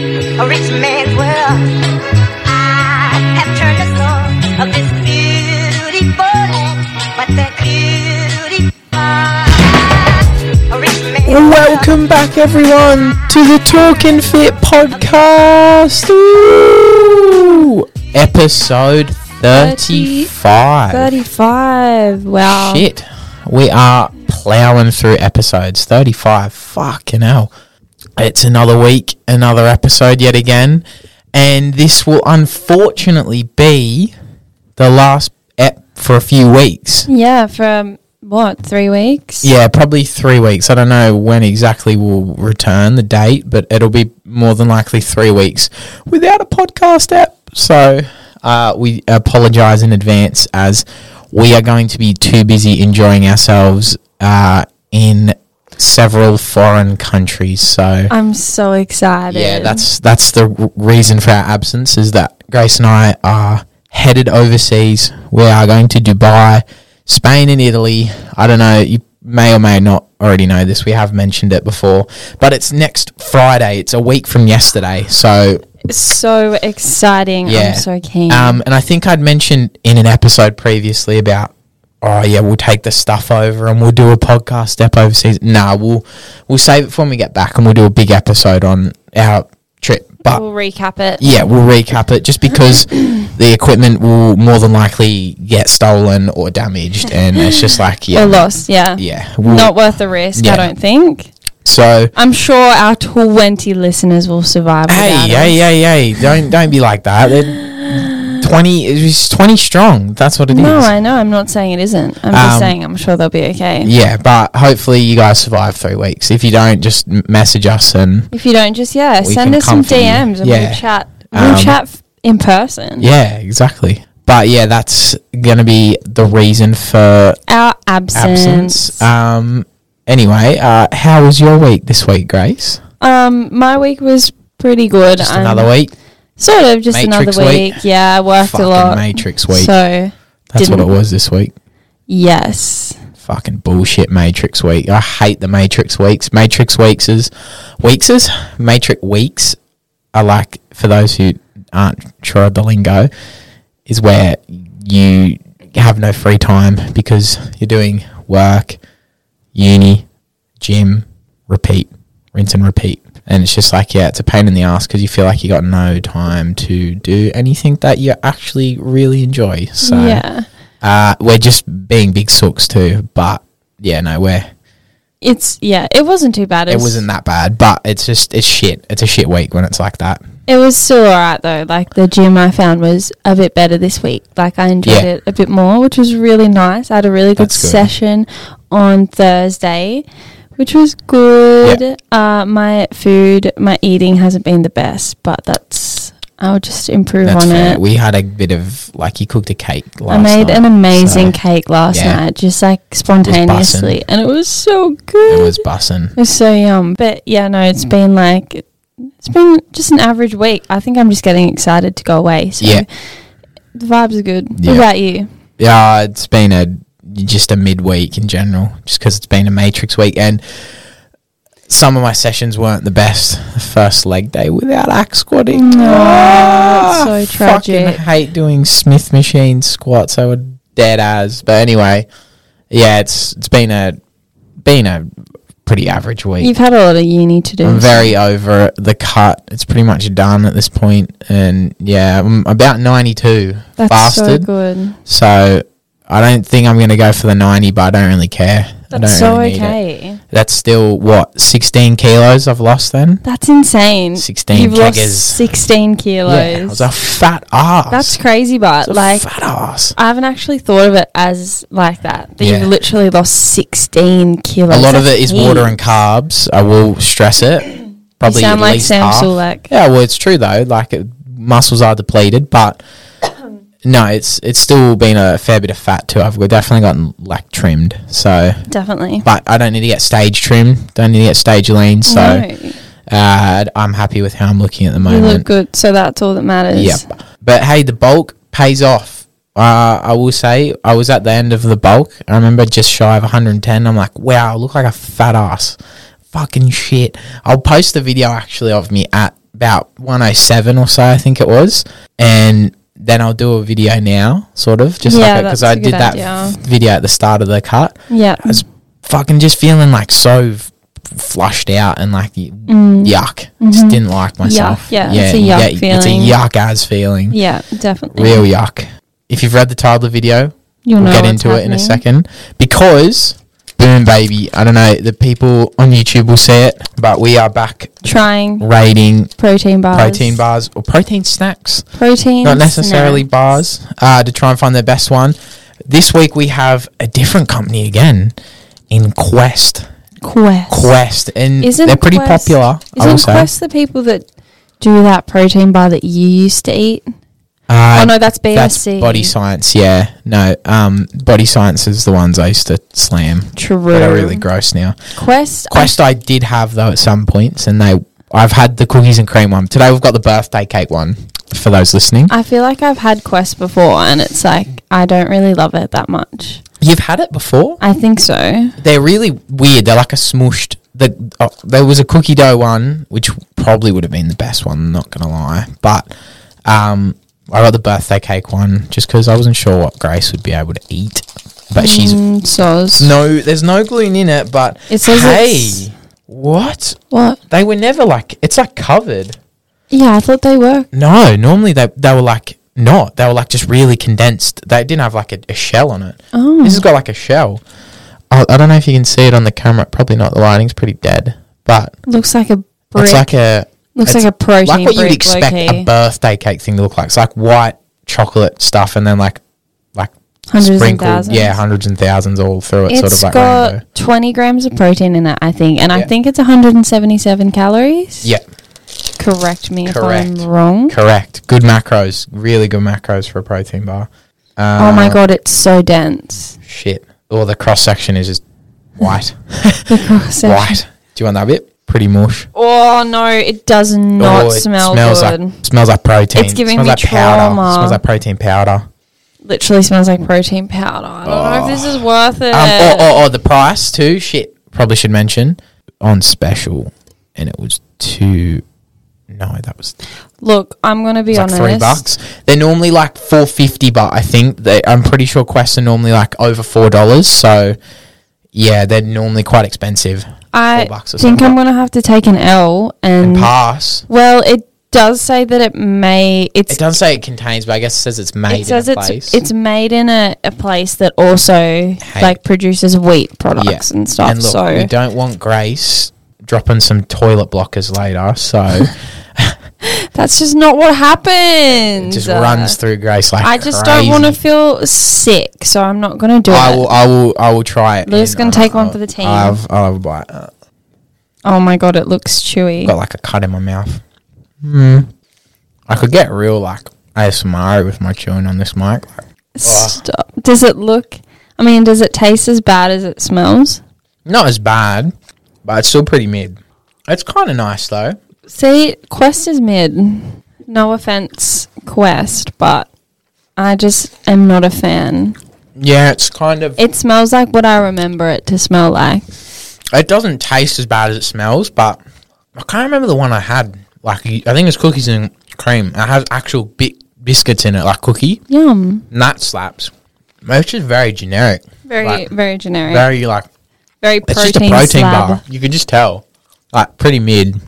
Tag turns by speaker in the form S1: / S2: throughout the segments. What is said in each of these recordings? S1: a rich man's world. I have turned the soul of this beautiful land, but that beautiful, a rich man's world.
S2: Welcome back, everyone, to the Talking Fit podcast. Ooh! Episode 35.
S3: 35. Wow.
S2: Shit. We are plowing through episodes. 35. Fucking hell. It's another week, another episode yet again. And this will unfortunately be the last ep for a few weeks.
S3: Yeah, from what, three weeks?
S2: Yeah, probably three weeks. I don't know when exactly we'll return the date, but it'll be more than likely three weeks without a podcast app. So uh, we apologize in advance as we are going to be too busy enjoying ourselves uh, in several foreign countries. So
S3: I'm so excited.
S2: yeah, that's that's the r- reason for our absence is that Grace and I are headed overseas. We are going to Dubai, Spain, and Italy. I don't know. You may or may not already know this. We have mentioned it before, but it's next Friday. It's a week from yesterday. So
S3: so exciting.
S2: yeah,
S3: I'm so keen.
S2: Um, and I think I'd mentioned in an episode previously about. Oh yeah, we'll take the stuff over and we'll do a podcast step overseas. Nah, we'll we'll save it for when we get back and we'll do a big episode on our trip. But
S3: we'll recap it.
S2: yeah, we'll recap it just because the equipment will more than likely get stolen or damaged, and it's just like yeah,
S3: Or lost, yeah.
S2: yeah. we'll-
S3: Not worth the risk,
S2: Yeah.
S3: I don't think.
S2: so
S3: I'm sure our 20 listeners will survive.
S2: hey,
S3: without us.
S2: hey, hey, hey, don't don't be like that. They're twenty, it's twenty strong. That's what it is.
S3: No, I know. I'm not saying it isn't. I'm
S2: Um,
S3: just saying I'm sure they'll be okay.
S2: yeah, but hopefully you guys survive three weeks. If you don't, just m- message us and
S3: If you don't, just, yeah,
S2: We
S3: send
S2: can
S3: us some
S2: comfort you.
S3: DMs and
S2: Yeah.
S3: we'll chat. We'll
S2: Um,
S3: chat f- in person.
S2: yeah, exactly. But yeah, that's gonna be the reason for
S3: Our
S2: absence. Um. Anyway, uh, how was your week this week, Grace?
S3: Um, my week was pretty good.
S2: Just
S3: I'm-
S2: another week.
S3: Sort of, just
S2: Matrix
S3: another
S2: week.
S3: week. Yeah, I worked
S2: Fucking
S3: a lot.
S2: Matrix week.
S3: So
S2: That's what it
S3: didn't-
S2: was this week.
S3: yes,
S2: Fucking bullshit Matrix week. I hate the Matrix weeks. Matrix weeks is weeks is Matrix weeks are like for those who aren't sure of the lingo, is where you have no free time because you're doing work, uni, gym, repeat, rinse and repeat. And it's just like, yeah, it's a pain in the ass because you feel like you got no time to do anything that you actually really enjoy. So
S3: yeah,
S2: uh, we're just being big sooks too, but yeah, no, we're
S3: it's yeah, it wasn't too bad.
S2: it
S3: was-
S2: wasn't that bad, but it's just it's shit. It's a shit week when it's like that.
S3: It was still alright though. Like the gym I found was a bit better this week. Like I enjoyed
S2: Yeah.
S3: it a bit more, which was really nice. I had a really good,
S2: That's good.
S3: session on Thursday, which was good.
S2: Yeah.
S3: Uh, my food, my eating hasn't been the best, but that's I'll just improve
S2: That's
S3: on
S2: fair.
S3: it.
S2: We had a bit of like you cooked a cake. Last
S3: I made
S2: night,
S3: an amazing
S2: so
S3: cake last
S2: yeah.
S3: night, just like spontaneously, and it was so good.
S2: It was Mm. bussing.
S3: It was so yum. But yeah, no, it's been like it's been just an average week. I think I'm just getting excited to go away. So
S2: Yeah.
S3: the vibes are good.
S2: Yeah.
S3: What about you?
S2: Yeah, it's been a just a midweek in general, just because it's been a matrix week, and some of my sessions weren't the best. The first leg day without axe squatting. No,
S3: so tragic.
S2: Fucking hate doing Smith machine squats. I would dead as. But anyway, yeah, it's it's been a been a pretty average week.
S3: You've had a lot of uni to do.
S2: I'm very over the cut. It's pretty much done at this point, and yeah, I'm about 92
S3: That's
S2: fasted.
S3: so good.
S2: So I don't think I'm going to go for the 90, but I don't really care. I don't
S3: That's so
S2: really need it.
S3: okay.
S2: That's still what 16 kilos I've lost then.
S3: That's insane.
S2: 16
S3: You've
S2: keggers.
S3: lost 16 kilos.
S2: Yeah, I was a fat ass.
S3: That's crazy, but like
S2: fat ass.
S3: I haven't actually thought of it as like that. That
S2: Yeah.
S3: you've literally lost 16 kilos.
S2: A lot of
S3: That's
S2: it is water
S3: heaps.
S2: and carbs. I will stress it. Probably
S3: sound
S2: at
S3: like
S2: least
S3: Sam
S2: half.
S3: Sulek.
S2: Yeah, well, it's true though. Like it, muscles are depleted, but no, it's it's still been a fair bit of fat too. I've definitely gotten like trimmed. So,
S3: Definitely.
S2: but I don't need to get stage trim. Don't need to get stage lean. So.
S3: no,
S2: Uh, I'm happy with how I'm looking at the
S3: you look
S2: moment.
S3: good. So that's all that matters.
S2: Yep. But hey, the bulk pays off. Uh, I will say, I was at the end of the bulk. I remember just shy of 110. I'm like, wow, I look like a fat ass. Fucking shit. I'll post the video actually of me at about 107 or so, I think it was. And then I'll do a video now, sort of, just
S3: Yeah,
S2: like because
S3: that's
S2: I
S3: a good
S2: did that
S3: idea.
S2: f- video at the start of the cut.
S3: Yeah.
S2: I was fucking just feeling like so f- flushed out and like y- yuck. Just didn't like myself.
S3: Mm. Mm-hmm. yeah, it's a
S2: you
S3: yuck
S2: get- It's a
S3: feeling.
S2: yuck as feeling.
S3: Yeah, definitely.
S2: Real yuck. If you've read the title of the video,
S3: You'll
S2: we'll
S3: know
S2: get
S3: what's
S2: into it in a
S3: happening.
S2: second because boom baby i don't know the people on youtube will see it but we are back
S3: Trying
S2: rating
S3: protein bars.
S2: protein bars or protein snacks
S3: Protein.
S2: not necessarily
S3: snack.
S2: bars uh, to try and find the best one this week we have a different company again in quest
S3: Quest.
S2: quest and
S3: Isn't
S2: they're pretty
S3: Quest-
S2: popular i will
S3: Isn't
S2: say
S3: Quest the people that do that protein bar that you used to eat?
S2: Uh,
S3: oh no, that's
S2: that's
S3: BSC.
S2: body science yeah no um body science is the ones i used to slam
S3: True.
S2: they're really gross now
S3: Quest. I-
S2: Quest I did have though at some points, and they I've had the cookies and cream one. Today we've got the birthday cake one for those listening.
S3: I feel like I've had Quest before, and it's like I don't really love it that much.
S2: You've had it before.
S3: I think so.
S2: They're really weird. They're like a smooshed. The oh, there was a cookie dough one, which probably would have been the best one. I'm not gonna lie, but um, I got the birthday cake one just because I wasn't sure what Grace would be able to eat. But she's
S3: Mm, soz.
S2: no, there's no gluten in it. But
S3: It says it's-
S2: hey, what?
S3: What?
S2: They were never like it's like covered.
S3: Yeah, I thought they were.
S2: No, normally they they were like not. They were like just really condensed. They didn't have like a, a shell on it.
S3: Oh.
S2: This has got like a shell. I, I don't know if you can see it on the camera. Probably not. The lighting's pretty dead, but
S3: Looks like a brick.
S2: it's like a
S3: Looks
S2: it's
S3: like a protein
S2: like what you'd
S3: brick,
S2: expect
S3: low-key.
S2: a birthday cake thing to look like. It's like white chocolate stuff, and then like like
S3: Hundreds and
S2: sprinkled,
S3: thousands.
S2: yeah, hundreds and thousands all through it,
S3: It's
S2: sort of like
S3: got
S2: rainbow.
S3: 20 grams of protein in it, I think, and I
S2: Yeah.
S3: think it's 177 calories.
S2: Yeah,
S3: Correct me
S2: Correct.
S3: if I'm wrong.
S2: correct. Good macros, really good macros for a protein bar. Um,
S3: oh
S2: Uh,
S3: my god, it's so dense.
S2: Shit. Or the cross section is just white.
S3: So-
S2: White. Do you want that bit? Pretty mush.
S3: Oh no, it does
S2: Oh,
S3: not
S2: it
S3: smell
S2: smells
S3: good.
S2: Like, smells like protein.
S3: It's giving
S2: smells
S3: me
S2: like powder.
S3: trauma.
S2: Smells like protein powder.
S3: Literally smells like protein powder. I don't know if this is worth it.
S2: Oh. Um, oh, oh, oh, the price too. Shit. Probably should mention on special, and it was two. No, that was, it
S3: Look, I'm gonna be
S2: was like
S3: honest.
S2: three bucks. They're normally like four fifty, but I think they. I'm pretty sure quests are normally like over four dollars. So, yeah, they're normally quite expensive.
S3: I
S2: Four bucks or
S3: think
S2: something.
S3: I'm gonna have to take an L and,
S2: Pass.
S3: well, it does say that it may it's
S2: It doesn't say it contains, but I guess it says it's made.
S3: it says
S2: in a
S3: it's
S2: place.
S3: it's made in a, a place that also like produces wheat products and stuff.
S2: And look,
S3: so
S2: we don't want Grace dropping some toilet blockers later, so
S3: that's just not what happens.
S2: it just
S3: Uh,
S2: runs through Grace like
S3: I just don't want to
S2: crazy.
S3: feel sick, so I'm not gonna do
S2: I
S3: it.
S2: will. I will. I will try it. uh,
S3: Lou's
S2: and
S3: gonna
S2: I'll-
S3: take one
S2: I'll-
S3: for the team.
S2: I'll have, I'll have a bite. Uh,
S3: Oh my god, it looks chewy.
S2: got like a cut in my mouth. Mm. I could get real like ASMR with my chewing on this mic.
S3: Stop. Does it look? I mean, does it taste as bad as it smells?
S2: Not as bad, but it's still pretty mid. It's kind of nice though.
S3: See, Quest is mid. No offense, Quest, but I just am not a fan.
S2: Yeah, it's kind of.
S3: It smells like what I remember it to smell like.
S2: It doesn't taste as bad as it smells, but I can't remember the one I had. Like I think it's cookies and cream. It has actual bit biscuits in it, like cookie.
S3: Yum.
S2: And that slaps. Which is very generic.
S3: Very,
S2: Like,
S3: very generic. Very,
S2: very like it's
S3: protein,
S2: just a protein
S3: slab.
S2: bar. You could just tell, like pretty mid,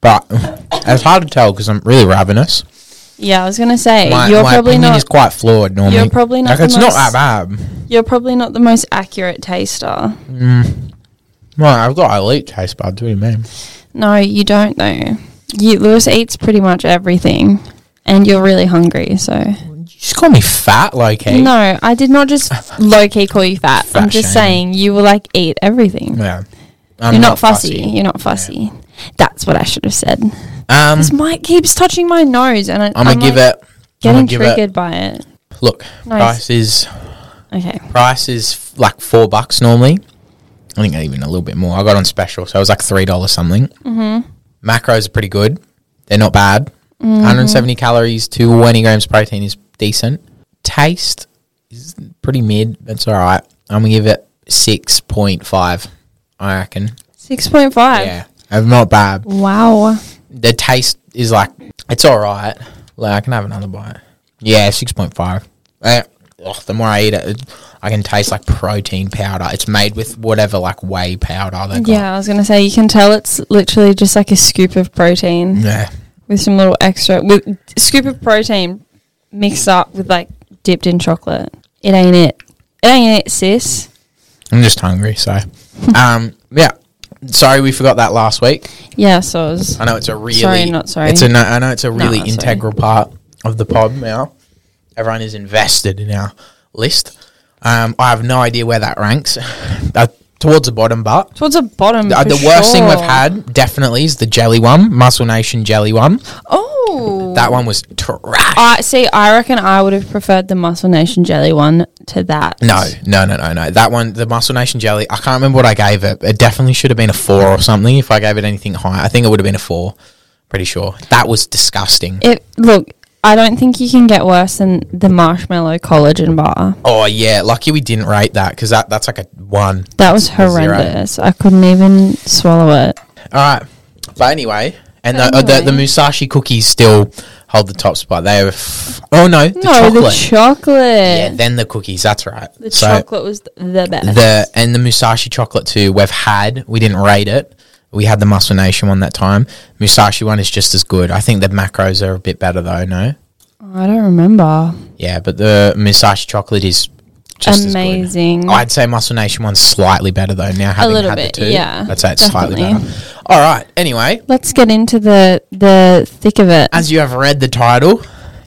S2: but it's hard to tell because I'm really ravenous.
S3: Yeah, I was gonna say
S2: My,
S3: you're
S2: my
S3: probably
S2: opinion
S3: not.
S2: is quite flawed normally.
S3: you're probably not
S2: like
S3: the
S2: it's not
S3: most-
S2: that bad.
S3: you're probably not the most accurate taster.
S2: Well, I've got elite taste buds. What do you mean?
S3: No, you don't though. You Lewis eats pretty much everything, and you're really hungry. So
S2: You just call me fat, eh? low key.
S3: no, I did not just low key call you fat. I'm
S2: Fat
S3: just
S2: shaming.
S3: saying you will like eat everything.
S2: Yeah. I'm
S3: You're not, fussy. You're not fussy. That's what I should have said.
S2: Um,
S3: This mic keeps touching my nose, and I,
S2: I'm gonna give it. I'm
S3: getting
S2: gonna give
S3: triggered
S2: it.
S3: by it.
S2: Look,
S3: Nice.
S2: price is
S3: Okay.
S2: price is f- like four bucks normally. I think even a little bit more. I got on special, so it was like three dollars something. Mm-hmm. Macros are pretty good. They're not bad.
S3: Mm-hmm.
S2: 170 calories, 220 grams protein is decent. Taste is pretty mid. That's all right. I'm gonna give it six point five. I reckon.
S3: Six point five.
S2: Yeah, I'm not bad.
S3: Wow.
S2: The taste is like it's all right. Like I can have another bite. Yeah, six point five. Eh, the more I eat it, it- I can taste like protein powder. It's made with whatever like whey powder they got.
S3: Yeah, I was gonna say you can tell it's literally just like a scoop of protein
S2: Yeah.
S3: with some little extra with scoop of protein mixed up with like dipped in chocolate. It ain't it. It ain't it, sis.
S2: I'm just hungry, so um yeah. Sorry, we forgot that last week.
S3: Yeah, so it was
S2: I know it's a really
S3: Sorry, not sorry.
S2: It's a no, I know it's a really
S3: not sorry.
S2: integral part of the pod now. Everyone is invested in our list. Um, I have no idea where that ranks. Uh, towards the bottom, but
S3: towards the bottom.
S2: Uh,
S3: for
S2: the worst thing we've
S3: sure.
S2: had definitely is the jelly one, Muscle Nation jelly one.
S3: Oh,
S2: That one was trash.
S3: I see. I reckon I would have preferred the Muscle Nation jelly one to that.
S2: no, no, no, no, no. That one, the Muscle Nation jelly. I can't remember what I gave it. It definitely should have been a four or something. If I gave it anything higher, I think it would have been a four. Pretty sure that was disgusting.
S3: It look. I don't think you can get worse than the marshmallow collagen bar.
S2: Oh yeah, lucky we didn't rate that because that, that's like a one.
S3: That was
S2: zero.
S3: horrendous. I couldn't even swallow it.
S2: All right, but anyway, and the,
S3: But
S2: uh, the the
S3: anyway.
S2: Musashi cookies still hold the top spot. They were f- oh no, the
S3: no,
S2: chocolate.
S3: the chocolate.
S2: yeah, then the cookies. That's right.
S3: the
S2: So-
S3: chocolate was th- the best.
S2: the and the Musashi chocolate too. We've had we didn't rate it. We had the Muscle Nation one that time. Musashi one is just as good. I think the macros are a bit better though. No,
S3: I don't remember.
S2: yeah, but the Musashi chocolate is just As
S3: Amazing.
S2: good. I'd say Muscle Nation one's slightly better though. Now having
S3: little
S2: had
S3: bit,
S2: the two,
S3: yeah,
S2: I'd say it's slightly
S3: definitely.
S2: better. All right. Anyway,
S3: Let's get into the the thick of it.
S2: as you have read the title.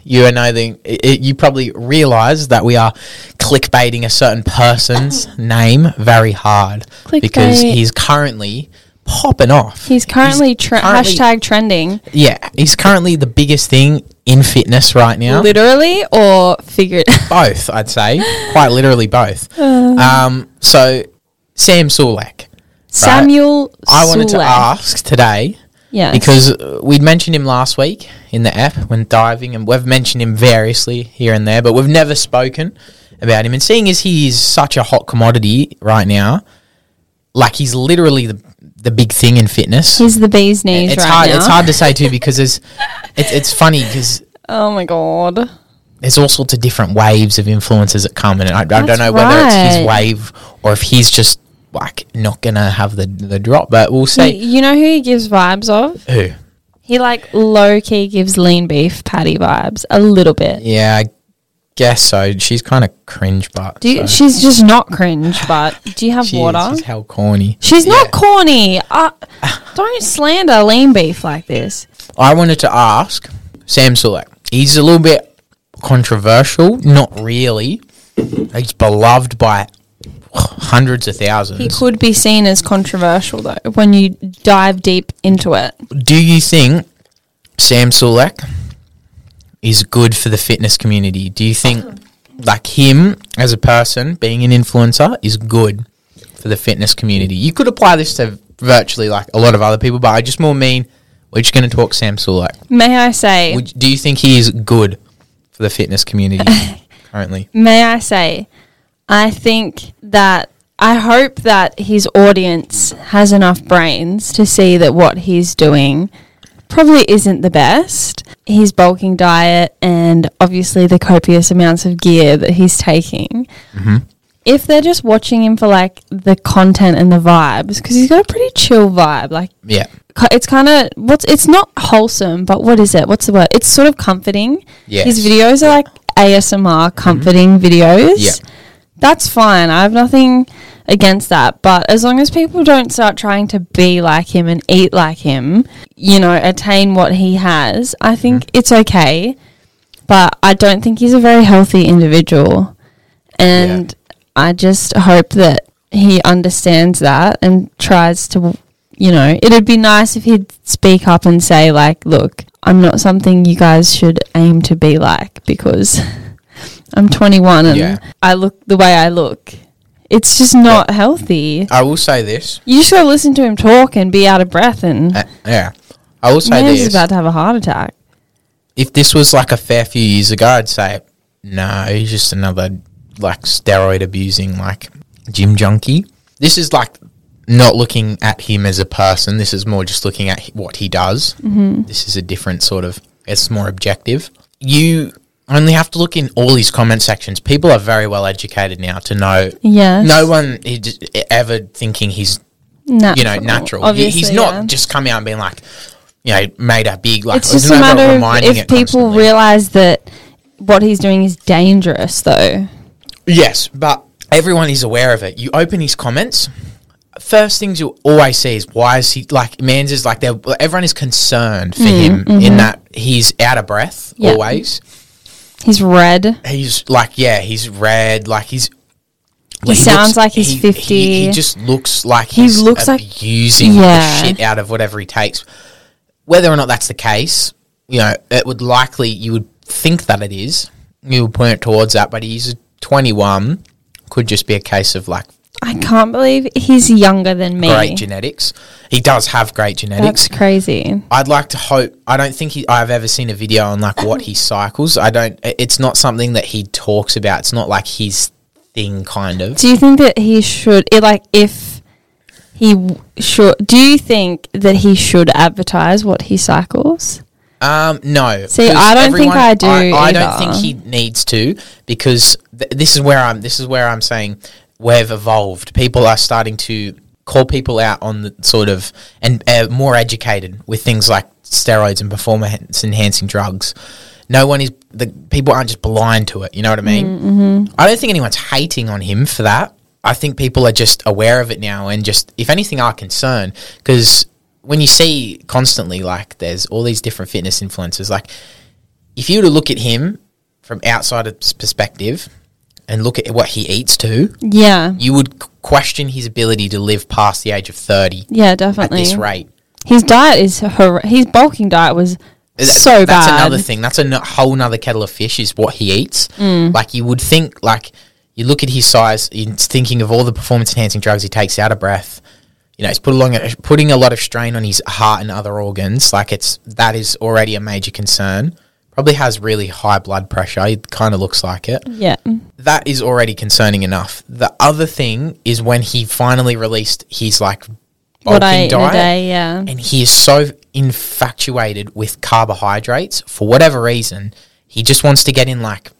S2: You know the it, you probably realise that we are clickbaiting a certain person's name very hard because
S3: Uh-huh. Clickbait.
S2: he's currently popping off.
S3: He's currently, tre-
S2: currently-
S3: hashtag trending,
S2: Yeah, he's currently the biggest thing in fitness right now.
S3: literally or figured.
S2: both, I'd say, quite literally both.
S3: Uh.
S2: Um, so Sam Sulek,
S3: Samuel.
S2: I wanted to
S3: Sulek.
S2: ask today
S3: Yes.
S2: because uh, we'd mentioned him last week in the app when diving, and we've mentioned him variously here and there, but we've never spoken about him. And seeing as he is such a hot commodity right now, like he's literally the the big thing in fitness.
S3: he's the bee's knees
S2: it's
S3: right
S2: hard.
S3: now.
S2: It's hard to say too because it's it's, it's funny because.
S3: Oh my god.
S2: there's all sorts of different waves of influences that come, and I, I don't
S3: That's
S2: know whether it's his
S3: right.
S2: wave or if he's just like not gonna have the the drop. But we'll
S3: He,
S2: see.
S3: you know who he gives vibes of?
S2: Who?
S3: He like low key gives lean beef patty vibes a little bit.
S2: Yeah, I guess so. She's kind of cringe, but
S3: Do you,
S2: so-
S3: she's just not cringe, but do you have
S2: she is.
S3: water?
S2: She's hell corny.
S3: She's not corny. Uh, don't slander lean beef like this.
S2: I wanted to ask Sam Sulek. He's a little bit controversial. Not really. He's beloved by hundreds of thousands.
S3: He could be seen as controversial though when you dive deep into it.
S2: Do you think Sam Sulek is good for the fitness community? Do you think like him as a person being an influencer is good for the fitness community? You could apply this to virtually like a lot of other people, but I just more mean we're just going to talk Sam Sulek.
S3: May I say?
S2: Would, do you think he is good for the fitness community currently?
S3: may I say? I think that I hope that his audience has enough brains to see that what he's doing probably isn't the best. His bulking diet and obviously the copious amounts of gear that he's taking. If they're just watching him for like the content and the vibes, because he's got a pretty chill vibe. Like
S2: Yeah.
S3: ki- it's kind of what's it's not wholesome, but what is it? What's the word? It's sort of comforting.
S2: Yes. Mm-hmm.
S3: His videos are like ASMR comforting videos.
S2: Yeah.
S3: That's fine. I have nothing against that, but as long as people don't start trying to be like him and eat like him, you know, attain what he has, I think
S2: Mm-hmm.
S3: it's okay. But I don't think he's a very healthy individual. And I just hope that he understands that and tries to, you know, it'd be nice if he'd speak up and say, like, look, I'm not something you guys should aim to be like because I'm 21 and
S2: Yeah.
S3: I look the way I look. It's just not healthy.
S2: I will say this.
S3: You just gotta listen to him talk and be out of breath, and
S2: Uh, yeah. I will say
S3: man's
S2: this.
S3: about to have a heart attack.
S2: if this was like a fair few years ago, I'd say no, he's just another like steroid abusing like gym junkie. This is like not looking at him as a person. This is more just looking at what he does.
S3: Mm-hmm.
S2: This is a different sort of. It's more objective. You only have to look in all his comment sections. People are very well educated now to know.
S3: Yes.
S2: No one he just, ever thinking he's you know natural. He-
S3: Obviously,
S2: he's not
S3: yeah.
S2: just coming out and being like, you know, made up big. Like
S3: it's just a matter of if people
S2: really.
S3: realize that what he's doing is dangerous, though.
S2: Yes, but everyone is aware of it. You open his comments. First things you'll always see is why is he like man's is like they're everyone is concerned for him in that he's out of breath
S3: Yeah.
S2: always.
S3: He's red.
S2: He's like yeah, he's red, like he's
S3: He sounds like he's
S2: he- he-
S3: 50.
S2: He, just looks like he's
S3: looks like-
S2: abusing
S3: Yeah.
S2: the shit out of whatever he takes. Whether or not that's the case, you know, it would likely you would think that it is. You would point towards that, but he's twenty one. Could just be a case of like
S3: I can't believe he's younger than me.
S2: great genetics. He does have great genetics.
S3: That's crazy.
S2: I'd like to hope. I don't think he, I've ever seen a video on like what he cycles. I don't. it- It's not something that he talks about. It's not like his thing, kind of.
S3: Do you think that he should, i- like, if he w- should, do you think that he should advertise what he cycles?
S2: Um, no.
S3: See,
S2: 'cause
S3: I don't think I do
S2: I, I don't
S3: either.
S2: think he needs to because th- this is where I'm. This is where I'm saying we've evolved. People are starting to call people out on the sort of and uh, more educated with things like steroids and performance enhancing drugs. No one is the people aren't just blind to it. You know what I mean? I don't think anyone's hating on him for that. I think people are just aware of it now and just, if anything, are concerned because when you see constantly, like, there's all these different fitness influencers, like, if you were to look at him from outsider's perspective and look at what he eats too,
S3: Yeah.
S2: you would q- question his ability to live past the age of 30
S3: Yeah,
S2: at
S3: definitely.
S2: this rate.
S3: His diet is hor- his bulking diet was
S2: Th-
S3: so
S2: th- that's
S3: bad.
S2: another thing. That's a n- whole nother kettle of fish is what he eats.
S3: Mm.
S2: Like you would think, like you look at his size, you're thinking of all the performance enhancing drugs he takes out of breath. You know, it's put along a, putting a lot of strain on his heart and other organs. Like it's that is already a major concern. Probably has really high blood pressure. It kind of looks like it
S3: Yeah.
S2: that is already concerning enough. The other thing is when he finally released his like
S3: What I
S2: bulking
S3: eat in a day, yeah.
S2: and he is so infatuated with carbohydrates for whatever reason. He just wants to get in like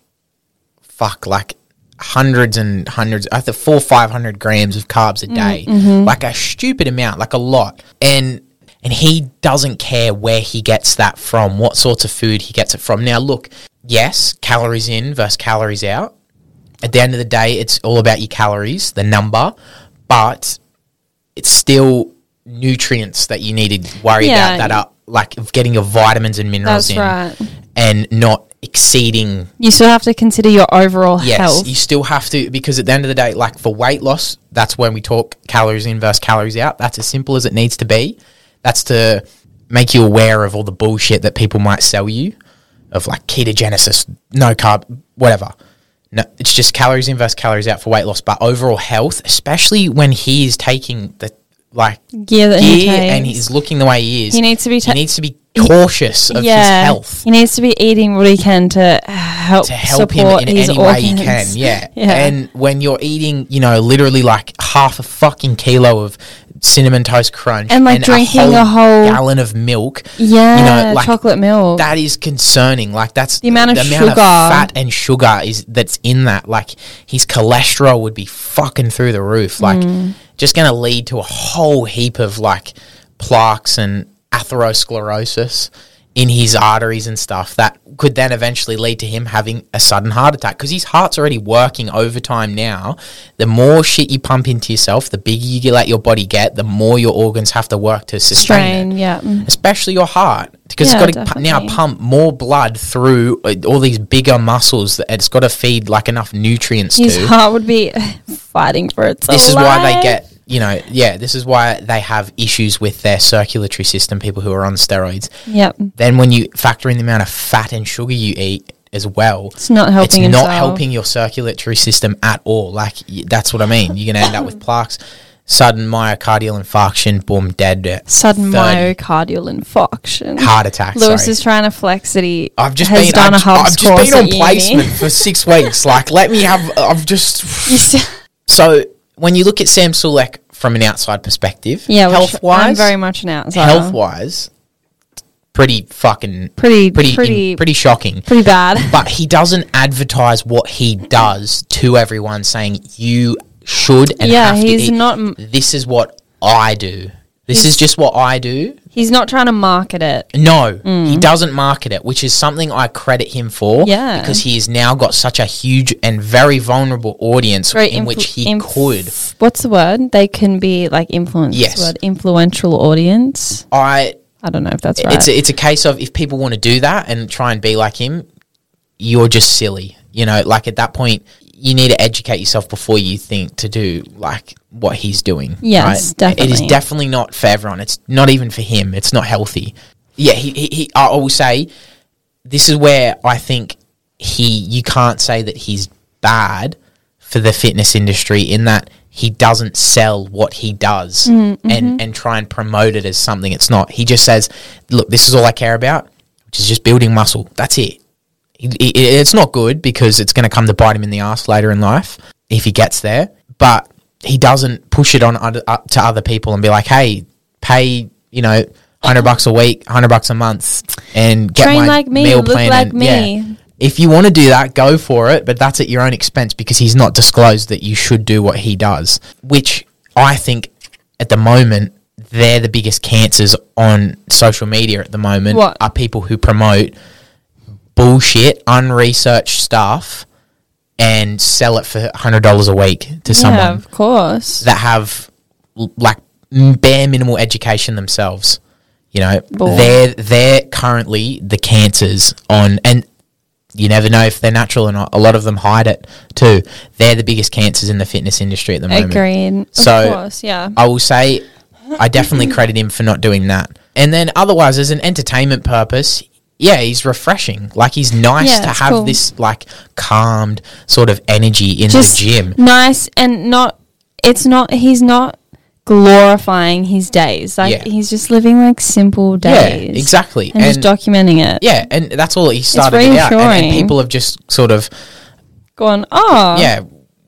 S2: fuck like hundreds and hundreds i think four five hundred grams of carbs
S3: Mm,
S2: a day
S3: mm-hmm.
S2: like a stupid amount like a lot and and he doesn't care where he gets that from what sorts of food he gets it from now look yes calories in versus calories out at the end of the day it's all about your calories the number but it's still nutrients that you need to worry
S3: Yeah.
S2: about that are like getting your vitamins and minerals
S3: That's
S2: in
S3: right.
S2: and not exceeding
S3: You still have to consider your overall
S2: Yes,
S3: health.
S2: you still have to because at the end of the day, like for weight loss, that's when we talk calories in versus calories out. That's as simple as it needs to be. That's to make you aware of all the bullshit that people might sell you of like ketogenesis, no carb, whatever. No, it's just calories in versus calories out for weight loss, but overall health, especially when he is taking the like
S3: Gear that he
S2: gear and
S3: takes.
S2: he's looking the way he is.
S3: He needs to be ta-
S2: he needs to be cautious of his health
S3: He needs to be eating what he can to help,
S2: to help him
S3: support
S2: in
S3: his
S2: any way
S3: organs.
S2: you can. Yeah.
S3: Yeah.
S2: And when you're eating, you know, literally like half a fucking kilo of cinnamon toast crunch
S3: And, like, drinking a whole-
S2: gallon of milk.
S3: Yeah, chocolate milk.
S2: That is concerning. Like that's the
S3: amount of sugar.
S2: fat and sugar is that's in that. Like his cholesterol would be fucking through the roof. Like
S3: Mm.
S2: just gonna lead to a whole heap of like plaques and atherosclerosis in his arteries and stuff that could then eventually lead to him having a sudden heart attack because his heart's already working overtime now the more shit you pump into yourself the bigger you let your body get the more your organs have to work to sustain it
S3: Strain, yeah.
S2: especially your heart because
S3: Yeah,
S2: it's got to pu- now
S3: definitely.
S2: pump more blood through uh, all these bigger muscles that it's got to feed like enough nutrients
S3: His
S2: to
S3: heart would be fighting for its
S2: this is why they
S3: life.
S2: get you know yeah this is why they have issues with their circulatory system people who are on steroids
S3: Yep.
S2: then when you factor in the amount of fat and sugar you eat as well
S3: It's not helping
S2: it's
S3: himself.
S2: not helping your circulatory system at all like y- that's what i mean you're going to end up with plaques sudden myocardial infarction boom dead at
S3: Sudden
S2: 30.
S3: myocardial infarction.
S2: heart attack
S3: Lewis
S2: sorry.
S3: is trying to flex that he
S2: I've just
S3: has
S2: been
S3: done
S2: I've,
S3: a hubs
S2: I've just
S3: course
S2: been on
S3: at uni.
S2: placement for six weeks. Like, let me have. I've just
S3: You see-
S2: so when you look at Sam Sulek from an outside perspective,
S3: Yeah, which
S2: health
S3: I'm
S2: wise,
S3: very much an outsider.
S2: health wise, pretty fucking pretty
S3: pretty, pretty,
S2: in-
S3: pretty,
S2: pretty shocking.
S3: bad.
S2: But he doesn't advertise what he does to everyone, saying you should and
S3: Yeah,
S2: have to
S3: he's
S2: eat.
S3: not m-
S2: This is what I do. This
S3: He's-
S2: is just what I do.
S3: He's not trying to market it.
S2: No, he doesn't market it, which is something I credit him for.
S3: Mm. Yeah.
S2: Because he has now got such a huge and very vulnerable audience
S3: Very
S2: in
S3: influ-
S2: which he
S3: inf-
S2: could.
S3: What's the word? They can be like influence.
S2: Yes.
S3: Word influential audience.
S2: I
S3: I don't know if that's right.
S2: it's a, it's a case of if people want to do that and try and be like him, you're just silly. You know, like at that point, you need to educate yourself before you think to do like what he's doing.
S3: Yes,
S2: It is
S3: definitely.
S2: definitely not for everyone. It's not even for him. It's not healthy. Yeah, he, he, he I always say this is where I think he you can't say that he's bad for the fitness industry in that he doesn't sell what he does
S3: Mm, mm-hmm.
S2: and and try and promote it as something it's not. He just says, "Look, this is all I care about, which is just building muscle. That's it." He- he- It's not good because it's going to come to bite him in the ass later in life if he gets there. But he doesn't push it on other, up to other people and be like, "Hey, pay you know hundred bucks a week, hundred bucks a month, and get
S3: Train
S2: my
S3: like me,
S2: meal
S3: look
S2: plan
S3: like
S2: and- yeah.
S3: me.
S2: If you want to do that, go for it, but that's at your own expense because he's not disclosed that you should do what he does, which I think at the moment they're the biggest cancers on social media at the moment
S3: What?
S2: are people who promote bullshit, unresearched stuff and sell it for $100 a week to
S3: Yeah,
S2: someone
S3: of course.
S2: that have l- like m- bare minimal education themselves. You know,
S3: Bull.
S2: they're they're currently the cancers on, and you never know if they're natural or not. A lot of them hide it too. They're the biggest cancers in the fitness industry at the moment.
S3: Agreed. Of
S2: So-
S3: course, yeah.
S2: I will say, I definitely credit him for not doing that. And then otherwise, as an entertainment purpose, yeah, he's refreshing. Like he's nice
S3: Yeah,
S2: to
S3: it's
S2: have
S3: cool.
S2: this like calmed sort of energy in
S3: Just
S2: the gym.
S3: nice and not. It's not. He's not glorifying his days. Like
S2: Yeah.
S3: he's just living like simple days.
S2: Yeah, exactly.
S3: And, just documenting it.
S2: Yeah, and that's all he started it out. And, and
S3: reassuring.
S2: people have just sort of,
S3: Going. Oh.
S2: yeah,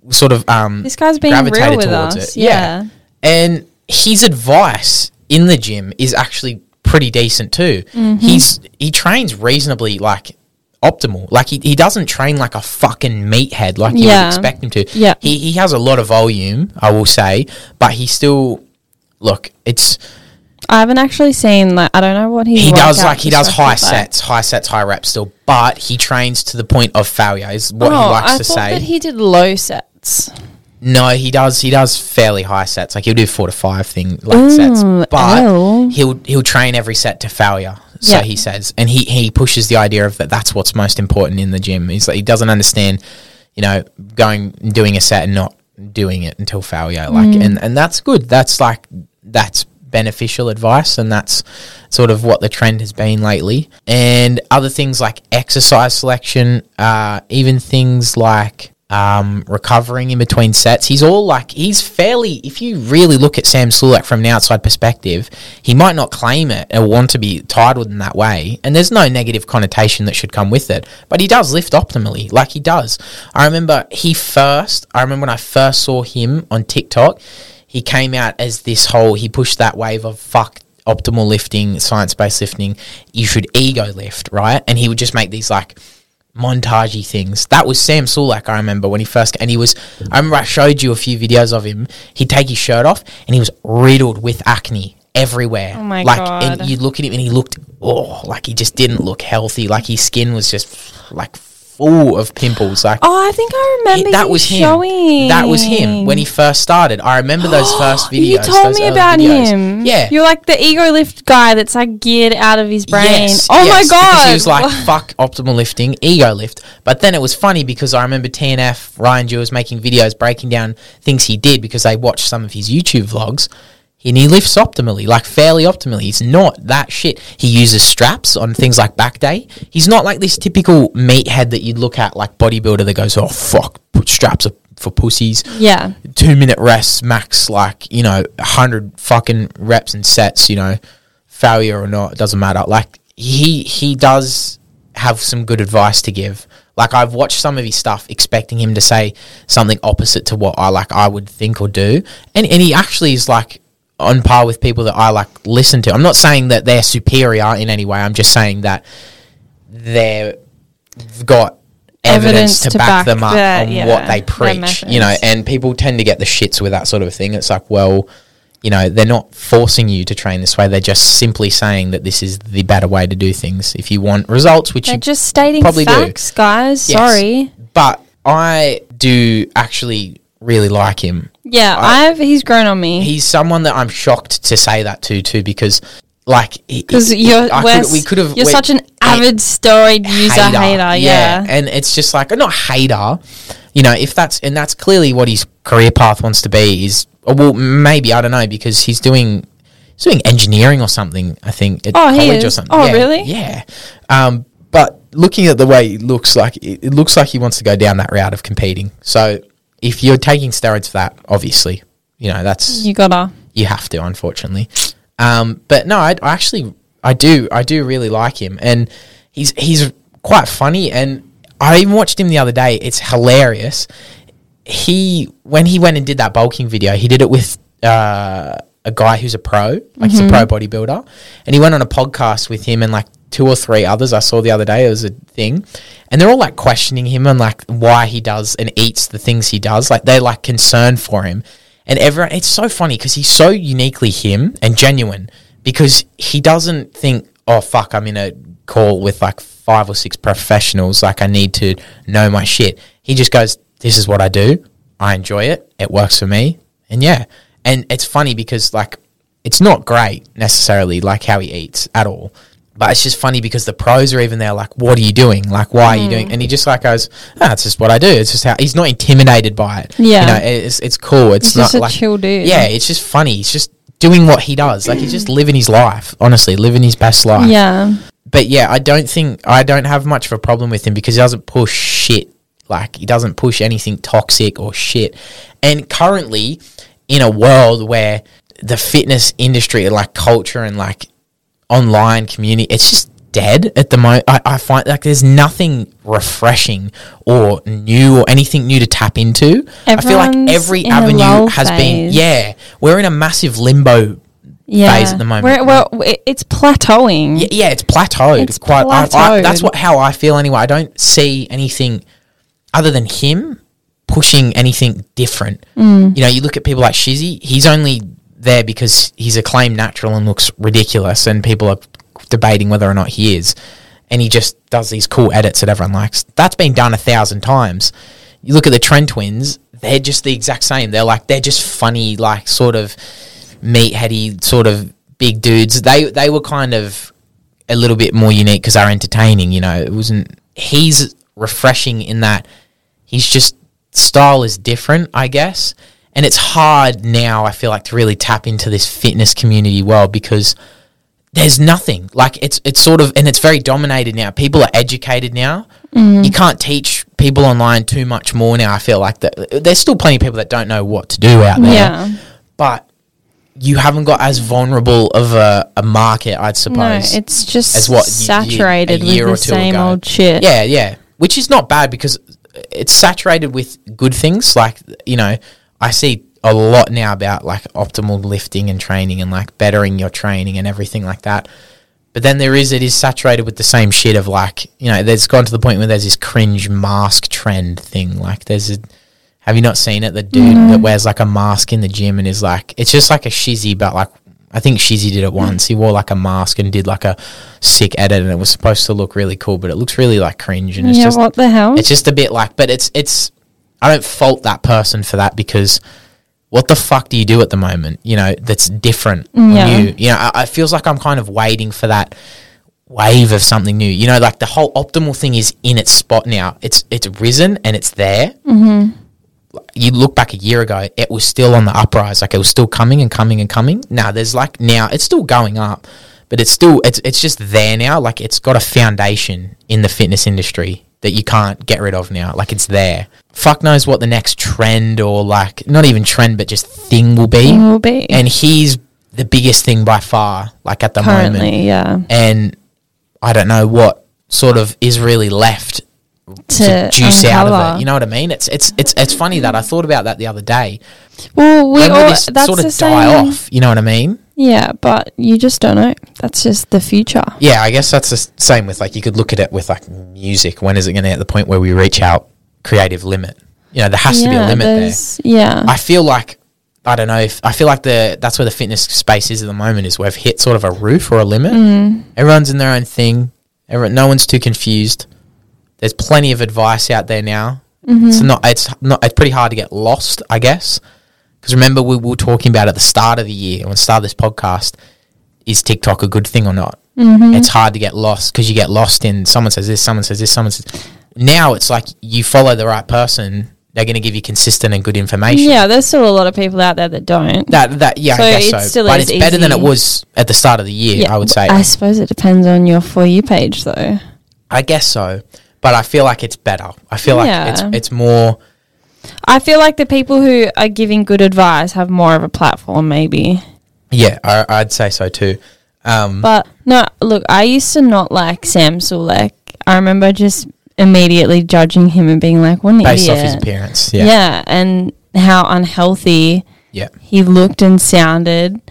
S2: sort of um,
S3: This guy's being
S2: gravitated
S3: real with
S2: towards
S3: us.
S2: it. Yeah.
S3: yeah.
S2: And his advice in the gym is actually pretty decent too.
S3: Mm-hmm.
S2: He's he trains reasonably like optimal. Like he, he doesn't train like a fucking meathead like you would
S3: Yeah.
S2: expect him to.
S3: Yeah.
S2: He he has a lot of volume, I will say, but he still look, it's
S3: I haven't actually seen like I don't know what he
S2: he does
S3: workout
S2: like he does
S3: instructor's
S2: high
S3: like.
S2: sets, high sets, high reps still, but he trains to the point of failure is what he
S3: Oh,
S2: likes
S3: I
S2: to
S3: thought
S2: say.
S3: that he did low sets.
S2: no, he does he does fairly high sets. Like he'll do four to five thing like sets,
S3: Ooh,
S2: but
S3: ew.
S2: he'll he'll train every set to failure. So
S3: Yeah.
S2: he says, and he he pushes the idea of that that's what's most important in the gym. He's like he doesn't understand, you know, going and doing a set and not doing it until failure. Like
S3: Mm.
S2: and and that's good. That's like that's beneficial advice and that's sort of what the trend has been lately and other things like exercise selection uh even things like um recovering in between sets he's all like he's fairly if you really look at sam sulak from an outside perspective he might not claim it or want to be titled in that way and there's no negative connotation that should come with it but he does lift optimally like he does i remember he first i remember when i first saw him on tiktok he came out as this whole he pushed that wave of fuck optimal lifting science-based lifting you should ego lift right and he would just make these like montagey things that was sam sulak i remember when he first and he was i remember i showed you a few videos of him he'd take his shirt off and he was riddled with acne everywhere oh
S3: my
S2: like
S3: God.
S2: and you look at him and he looked oh like he just didn't look healthy like his skin was just like full of pimples like
S3: Oh, I think I remember
S2: it- that
S3: you
S2: was him.
S3: showing.
S2: That was him when he first started. I remember those first videos.
S3: You told
S2: those
S3: me
S2: early
S3: about
S2: videos.
S3: him.
S2: Yeah.
S3: You're like the ego lift guy that's like geared out of his brain.
S2: Yes,
S3: oh
S2: yes,
S3: my
S2: because
S3: god.
S2: He was like, "Fuck optimal lifting, ego lift." But then it was funny because I remember TNF Ryan Jewels making videos breaking down things he did because they watched some of his YouTube vlogs, and he lifts optimally, like fairly optimally. He's not that shit. He uses straps on things like back day. He's not like this typical meathead that you'd look at, like bodybuilder that goes, "Oh fuck, put straps up for pussies."
S3: yeah.
S2: two minute rests max like you know 100 fucking reps and sets you know failure or not it doesn't matter like he he does have some good advice to give Like I've watched some of his stuff expecting him to say something opposite to what I like I would think or do. And and he actually is like on par with people that I like listen to. I'm not saying that they're superior in any way. I'm just saying that they're they've got evidence,
S3: Evidence
S2: to,
S3: to
S2: back,
S3: back
S2: them up
S3: their-
S2: on
S3: yeah,
S2: what they
S3: their
S2: preach, you know,
S3: methods.
S2: and people tend to get the shits with that sort of thing. It's like, well, you know, they're not forcing you to train this way. They're just simply saying that this is the better way to do things if you want results, which
S3: They're
S2: you
S3: just stating
S2: probably do.
S3: facts, guys.
S2: Yes.
S3: Sorry.
S2: But I do actually really like him.
S3: Yeah,
S2: I-
S3: I've he's grown on me.
S2: He's someone that I'm shocked to say that to too because like he-
S3: Because
S2: he-
S3: you're
S2: I
S3: Wes,
S2: could- we could have
S3: You're
S2: we-
S3: such an avid storied user hater. yeah.
S2: And it's just like not hater, you know, if that's and that's clearly what his career path wants to be is or well maybe I don't know because he's doing he's doing engineering or something, I think at
S3: Oh, he
S2: college or
S3: is?
S2: something.
S3: Oh,
S2: Yeah,
S3: really?
S2: Yeah. Um but looking at the way he looks like it, it looks like he wants to go down that route of competing. So if you're taking steroids for that, obviously, you know, that's
S3: You gotta.
S2: you have to, unfortunately. Um, but no, I, I actually I do I do really like him, and he's he's quite funny. And I even watched him the other day. It's hilarious. He when he went and did that bulking video, he did it with uh, a guy who's a pro, like he's a pro bodybuilder, and he went on a podcast with him and like two or three others I saw the other day. It was a thing, and they're all like questioning him and like why he does and eats the things he does. Like they're like concerned for him. And everyone, it's so funny because he's so uniquely him and genuine because he doesn't think, oh, fuck, I'm in a call with like five or six professionals. Like, I need to know my shit. He just goes, this is what I do. I enjoy it. It works for me. And yeah. And it's funny because, like, it's not great necessarily, like how he eats at all. But it's just funny because the pros are even there, like, what are you doing? Like, why are you
S3: Mm.
S2: doing? And he just like goes, ah, it's just what I do. It's just how he's not intimidated by it.
S3: Yeah.
S2: You know, it's it's cool. It's
S3: He's
S2: not
S3: just a
S2: like
S3: chill dude.
S2: Yeah, it's just funny. He's just doing what he does. Like he's just living his life. Honestly, living his best life.
S3: Yeah.
S2: But yeah, I don't think I don't have much of a problem with him because he doesn't push shit. Like he doesn't push anything toxic or shit. And currently, in a world where the fitness industry and like culture and like online community, it's just dead at the moment. I, I find like there's nothing refreshing or new or anything new to tap into. I feel like
S3: Everyone's
S2: every
S3: in a lull
S2: avenue has been
S3: phase.
S2: yeah. We're in a massive limbo
S3: Yeah.
S2: phase at the moment.
S3: We're, well, it- it's plateauing.
S2: Y- yeah, it's plateaued.
S3: It's
S2: quite. I- I- that's
S3: plateaued.
S2: what how I feel anyway. I don't see anything other than him pushing anything different. You know, you look at people like Shizzy. He's only there because he's a claim natural and looks ridiculous, and people are debating whether or not he is. And he just does these cool edits that everyone likes. That's been done a thousand times. You look at the Trend Twins; they're just the exact same. They're like they're just funny, like sort of meatheady sort of big dudes. They they were kind of a little bit more unique because they're entertaining. You know, it wasn't. He's refreshing in that he's just style is different, I guess. And it's hard now. I feel like to really tap into this fitness community world because there's nothing like it's it's sort of and it's very dominated now. People are educated now.
S3: Mm.
S2: You can't teach people online too much more now. I feel like that there's still plenty of people that don't know what to do out there
S3: Yeah.
S2: but you haven't got as vulnerable of a, a market, I'd
S3: No,
S2: suppose.
S3: it's just
S2: as what, y- y-
S3: saturated
S2: a year or
S3: with the
S2: two
S3: same
S2: ago.
S3: old shit.
S2: yeah, yeah, which is not bad because it's saturated with good things. Like you know, I see a lot now about like optimal lifting and training and like bettering your training and everything like that. But then there is it is saturated with the same shit of like you know, there's gone to the point where there's this cringe mask trend thing. Like there's a have you not seen it? The dude that wears like a mask in the gym and is like, it's just like a shizzy, but like, I think Shizzy did it once. He wore like a mask and did like a sick edit, and it was supposed to look really cool, but it looks really like cringe. And it's
S3: Yeah,
S2: just,
S3: what the hell?
S2: it's just a bit like, but it's, it's, I don't fault that person for that because what the fuck do you do at the moment? You know, that's different, or
S3: Yeah.
S2: new. You know, I, it feels like I'm kind of waiting for that wave of something new. You know, like the whole optimal thing is in its spot now. It's it's risen and it's there. Mm-hmm. You look back a year ago, it was still on the uprise. Like it was still coming and coming and coming. Now there's like now it's still going up, but it's still it's it's just there now. Like it's got a foundation in the fitness industry that you can't get rid of now. Like it's there. Fuck knows what the next trend or like not even trend but just thing will be.
S3: Thing will be.
S2: And he's the biggest thing by far. Like at the moment
S3: Currently, yeah.
S2: and I don't know what sort of is really left
S3: To
S2: juice out of
S3: uncover.
S2: it. You know what I mean? It's it's it's it's funny that I thought about that the other day.
S3: Well, we
S2: When will
S3: all
S2: this
S3: that's
S2: sort
S3: the
S2: of
S3: same.
S2: die off? You know what I mean?
S3: Yeah, but you just don't know. That's just the future.
S2: Yeah, I guess that's the s- same with like you could look at it with like music. When is it going to hit the point where we reach our creative limit? You know, there has to be a
S3: yeah,
S2: limit there.
S3: there's- Yeah.
S2: I feel like I don't know if I feel like the that's where the fitness space is at the moment is we've hit sort of a roof or a limit. Everyone's in their own thing. Everyone, no one's too confused. There's plenty of advice out there now. It's not it's not it's pretty hard to get lost, I guess. Because remember we were talking about at the start of the year when we started this podcast, is TikTok a good thing or not? It's hard to get lost because you get lost in someone says this, someone says this, someone says. Now it's like you follow the right person; they're going to give you consistent and good information
S3: yeah, there's still a lot of people out there that don't.
S2: that that yeah,
S3: So
S2: I guess
S3: it
S2: so.
S3: still
S2: but
S3: is
S2: it's better than it
S3: easy.
S2: was at the start of the year. I would
S3: but
S2: say.
S3: I suppose it depends on your for you page, though.
S2: I guess so, but I feel like it's better. I feel like it's
S3: Yeah.
S2: it's more.
S3: I feel like the people who are giving good advice have more of a platform, maybe.
S2: Yeah, I, I'd say so too. Um,
S3: But no, look, I used to not like Sam Sulek. I remember just immediately judging him and being like, "What an
S2: based
S3: idiot!"
S2: off his appearance,
S3: yeah.
S2: yeah, yeah,
S3: and how unhealthy he looked and sounded.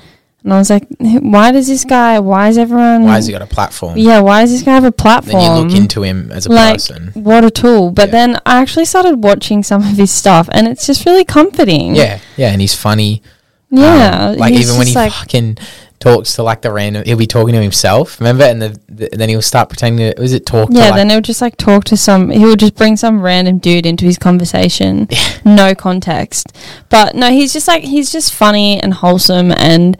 S3: And I was like, "Why does this guy? Why is everyone?
S2: Why has he got a platform?
S3: yeah, why does this guy have a platform?"
S2: Then you look into him as a
S3: like
S2: person.
S3: what a tool but
S2: Yeah.
S3: then i actually started watching some of his stuff and it's just really comforting
S2: Yeah, yeah, and he's funny.
S3: yeah
S2: Um, like
S3: he's
S2: even when
S3: just
S2: he
S3: like,
S2: fucking talks to like the random, he'll be talking to himself. Remember, and the, the, then he'll start pretending. To, was it talk?
S3: yeah
S2: to like,
S3: then he'll just like talk to some he will just bring some random dude into his conversation no context but no he's just like he's just funny and wholesome and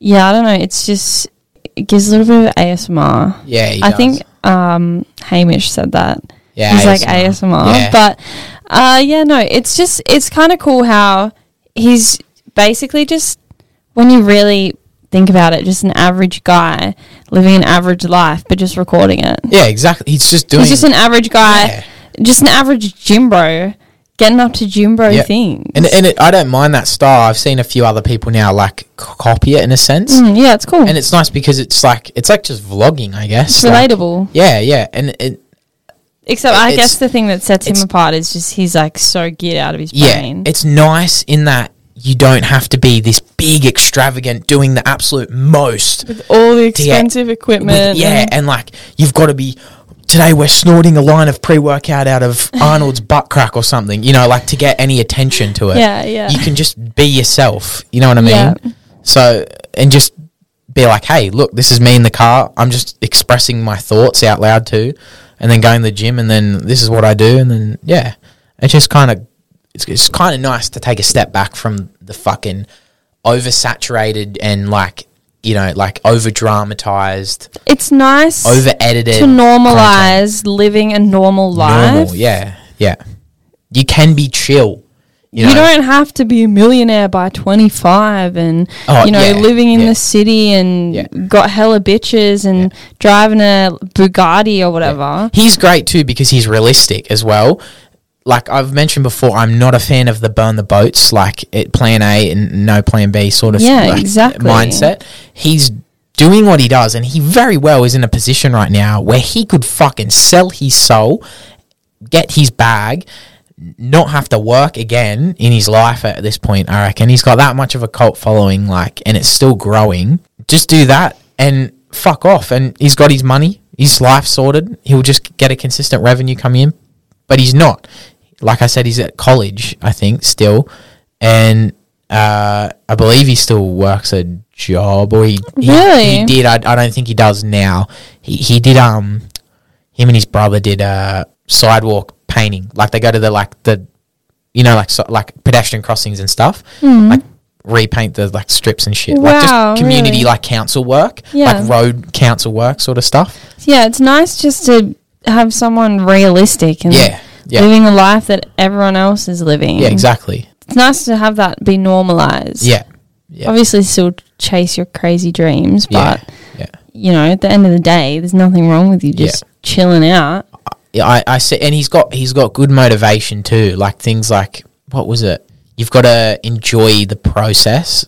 S3: yeah i don't know it's just it gives a little bit of asmr
S2: yeah. He
S3: I
S2: does.
S3: think um, Hamish said that.
S2: Yeah,
S3: he's like
S2: ASMR.
S3: ASMR.
S2: Yeah.
S3: But uh, yeah, no, it's just it's kind of cool how he's basically just when you really think about it, just an average guy living an average life, but just recording it.
S2: yeah, exactly. He's just doing.
S3: He's just an average guy,
S2: Yeah.
S3: just an average gym bro, getting up to gym bro
S2: Yeah.
S3: things.
S2: And, and it, I don't mind that style. I've seen a few other people now like c- copy it in a sense,
S3: Mm, yeah, it's cool.
S2: and it's nice because it's like it's like just vlogging, I guess.
S3: it's
S2: Like,
S3: relatable.
S2: yeah, yeah, and it,
S3: Except I
S2: it's-
S3: guess the thing that sets him
S2: it's-
S3: apart is just he's like so geared out of his
S2: yeah,
S3: brain.
S2: it's nice in that you don't have to be this big extravagant doing the absolute most.
S3: all the
S2: to get-
S3: expensive equipment.
S2: with- yeah,
S3: and-
S2: and like you've got to be. Today we're snorting a line of pre-workout out of Arnold's butt crack or something, you know, like to get any attention to it.
S3: Yeah, yeah.
S2: You can just be yourself. You know what I mean?
S3: Yeah.
S2: So and just be like, hey, look, this is me in the car. I'm just expressing my thoughts out loud too, and then going to the gym, and then this is what I do, and then yeah, it's just kind of it's, it's kind of nice to take a step back from the fucking oversaturated and like you know like over dramatized,
S3: It's nice
S2: over edited
S3: to normalize living a normal life.
S2: normal. Yeah, yeah. You can be chill. You,
S3: You
S2: know?
S3: don't have to be a millionaire by 25 and,
S2: Oh,
S3: you know,
S2: yeah,
S3: living in
S2: yeah.
S3: the city and
S2: Yeah.
S3: got hella bitches and driving a Bugatti or whatever.
S2: He's great too because he's realistic as well. Like I've mentioned before, I'm not a fan of the burn the boats, like it, plan A and no plan B sort of
S3: Yeah,
S2: like,
S3: exactly.
S2: mindset. He's doing what he does, and he very well is in a position right now where he could fucking sell his soul, get his bag, not have to work again in his life at this point, I reckon. He's got that much of a cult following, like, and it's still growing. Just do that and fuck off. And he's got his money, his life sorted. He'll just get a consistent revenue coming in, but he's not. Like I said, he's at college, I think, still. And uh, I believe he still works a job, or he, he,
S3: Really?
S2: he did. I, I don't think he does now. He, he did, um, him and his brother did uh, sidewalk painting. Like they go to the like the, you know, like so, like pedestrian crossings and stuff. Like repaint the like strips and shit. like
S3: Hmm. Wow,
S2: just community
S3: really?
S2: like council work,
S3: Yeah.
S2: like road council work sort of stuff.
S3: Yeah, it's nice just to have someone realistic and
S2: Yeah, yeah.
S3: living a life that everyone else is living.
S2: Yeah, exactly.
S3: It's nice to have that be normalized.
S2: Yeah, yeah,
S3: Obviously, still chase your crazy dreams,
S2: yeah,
S3: but
S2: yeah.
S3: you know, at the end of the day, there's nothing wrong with you
S2: Yeah.
S3: just chilling out.
S2: Yeah, I, I see, and he's got he's got good motivation too. Like things like what was it? You've got to enjoy the process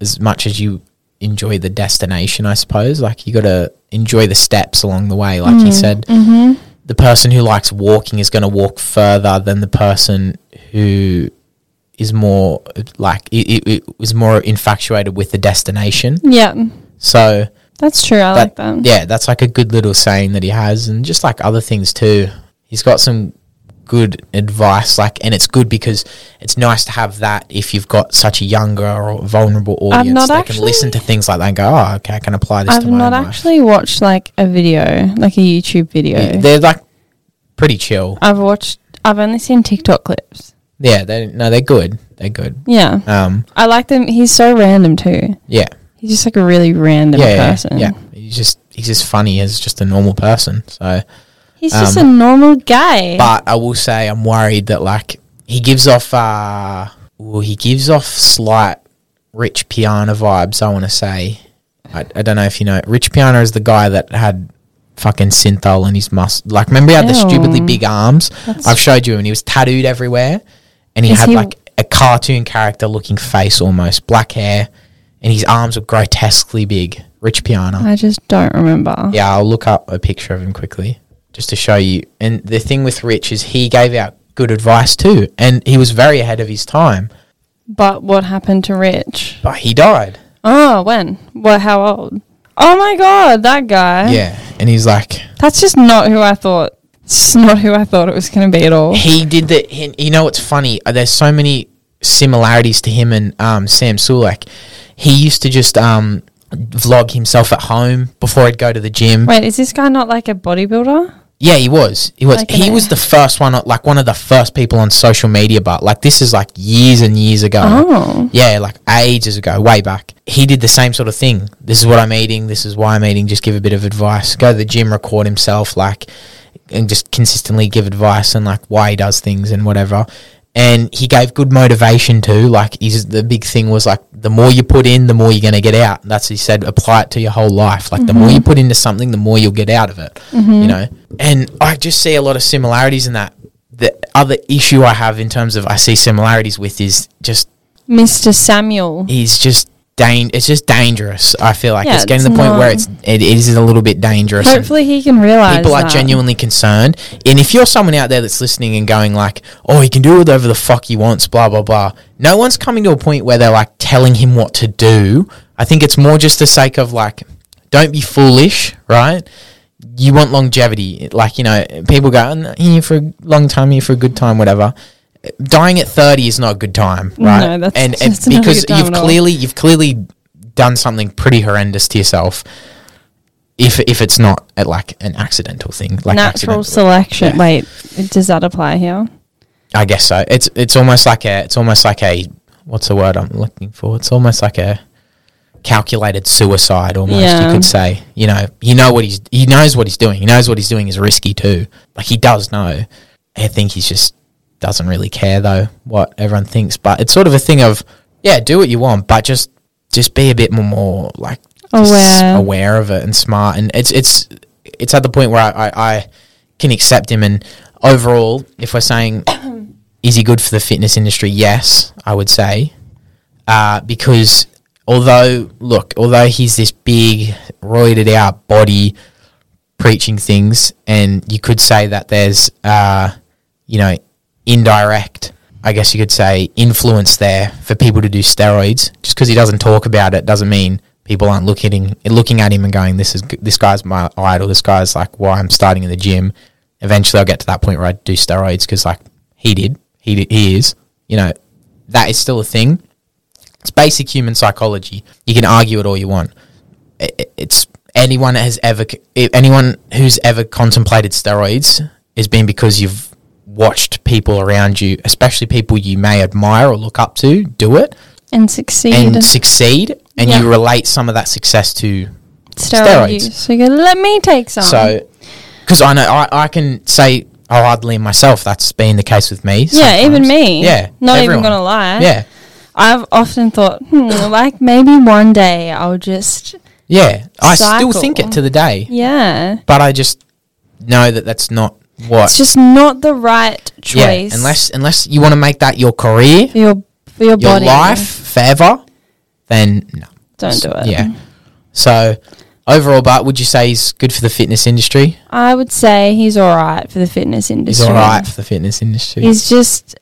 S2: as much as you enjoy the destination, I suppose. Like you got to enjoy the steps along the way, like he said. the person who likes walking is going to walk further than the person who is more like it, it, it was more infatuated with the destination.
S3: Yeah,
S2: So
S3: that's true. I like
S2: that,
S3: that.
S2: yeah, that's like a good little saying that he has, and just like other things too. He's got some good advice, like, and it's good because it's nice to have that if you've got such a younger or vulnerable
S3: I've
S2: audience.
S3: not
S2: they
S3: actually-
S2: can listen to things like that and go, "Oh, okay, I can apply this
S3: I've
S2: to my
S3: not
S2: own life."
S3: actually watched like a video, like a YouTube video.
S2: Yeah, They're like pretty chill.
S3: I've watched. I've only seen TikTok clips.
S2: Yeah, they no, they're good. They're good.
S3: Yeah,
S2: Um,
S3: I like them. He's so random too.
S2: yeah,
S3: He's just like a really random
S2: yeah, yeah,
S3: person.
S2: yeah. He's just he's just funny as just a normal person. So.
S3: He's just a
S2: Um,
S3: normal guy.
S2: But I will say I'm worried that like he gives off uh well he gives off slight Rich Piana vibes, I wanna say. I, I don't know if you know. Rich Piana is the guy that had fucking synthol in his muscle. Like remember he had the stupidly
S3: Ew.
S2: big arms?
S3: That's-
S2: I've showed you and he was tattooed everywhere and he
S3: Is
S2: had
S3: he-
S2: like a cartoon character looking face almost, black hair, and his arms were grotesquely big. Rich Piana.
S3: I just don't remember.
S2: Yeah, I'll look up a picture of him quickly just to show you. And the thing with Rich is he gave out good advice too, and he was very ahead of his time,
S3: But what happened to Rich?
S2: but he died.
S3: Oh, when? What? How old? Oh my god, that guy.
S2: Yeah, and he's like
S3: That's just not who I thought. It's not who I thought it was going to be at all.
S2: he did the. he- You know what's funny? Uh, There's so many similarities to him and um, Sam Sulek. He used to just um, vlog himself at home before he'd go to the gym.
S3: Wait, is this guy not like a bodybuilder?
S2: Yeah, he was. He was.
S3: Like
S2: he
S3: an-
S2: was the first one, like one of the first people on social media. But like this is like years and years ago.
S3: Oh.
S2: Yeah, like ages ago, way back. He did the same sort of thing. This is what I'm eating. This is why I'm eating. Just give a bit of advice. Go to the gym, record himself, like, and just consistently give advice and like why he does things and whatever. And he gave good motivation too. Like, he's the big thing was like the more you put in, the more you're gonna get out. That's he said. Apply it to your whole life. Like the more you put into something, the more you'll get out of it. You know. And I just see a lot of similarities in that. The other issue I have in terms of I see similarities with is just
S3: Mr. Samuel.
S2: is just dang it's just dangerous. I feel like
S3: Yeah,
S2: it's getting to
S3: it's
S2: the point where
S3: not-
S2: it's it is a little bit dangerous. and
S3: Hopefully he can realize
S2: people are
S3: that.
S2: genuinely concerned. And if you're someone out there that's listening and going like, "Oh, he can do whatever the fuck he wants," blah blah blah. No one's coming to a point where they're like telling him what to do. I think it's more just the sake of like, don't be foolish, right? You want longevity, like you know, people go "I'm here for a long time, here for a good time, whatever. Dying at thirty is not a good time, right?
S3: No, that's
S2: and and
S3: just not a
S2: because
S3: good time
S2: you've
S3: at all.
S2: clearly you've clearly done something pretty horrendous to yourself if if it's not uh, like an accidental thing, like
S3: Natural
S2: accidental-
S3: selection.
S2: Yeah.
S3: Wait, does that apply here?
S2: I guess so. It's it's almost like a it's almost like a what's the word I'm looking for? It's almost like a calculated suicide. Almost
S3: Yeah.
S2: you could say. You know, you know what he's he knows what he's doing. He knows what he's doing is risky too. Like he does know. I think he's just doesn't really care though what everyone thinks. But it's sort of a thing of yeah, do what you want, but just just be a bit more, more like just
S3: Aware.
S2: aware of it and smart. And it's it's it's at the point where I, I, I can accept him. And overall, if we're saying is he good for the fitness industry? Yes, I would say, uh, because although look, although he's this big roided out body preaching things, and you could say that there's uh, you know indirect. I guess you could say influence there for people to do steroids. Just because he doesn't talk about it doesn't mean people aren't looking looking at him and going, "This is g- this guy's my idol. This guy's like why I'm starting in the gym." Eventually, I'll get to that point where I do steroids because like he did, he did, he is. You know, that is still a thing. It's basic human psychology. You can argue it all you want. I- I- It's anyone that has ever c- i- anyone who's ever contemplated steroids has been because you've watched people around you, especially people you may admire or look up to, do it
S3: And succeed.
S2: and succeed, and
S3: Yeah.
S2: you relate some of that success to
S3: steroid
S2: steroids.
S3: use. So you go, let me take some.
S2: so because I know I, I can say hardly myself that's been the case with me.
S3: yeah, even
S2: sometimes.
S3: me.
S2: Yeah,
S3: Not even
S2: everyone.
S3: going to lie.
S2: Yeah,
S3: I've often thought, hmm, like maybe one day I'll just,
S2: yeah. I still think
S3: Cycle.
S2: it to the day,
S3: yeah.
S2: but I just know that that's not what.
S3: It's just not the right choice.
S2: yeah, unless unless you want to make that your career,
S3: for your for your,
S2: your
S3: body.
S2: life forever, then no.
S3: Don't do it.
S2: Yeah. So Overall, but would you say he's good for the fitness industry?
S3: I would say he's all right for the fitness
S2: He's
S3: industry.
S2: all right for the fitness industry.
S3: He's just,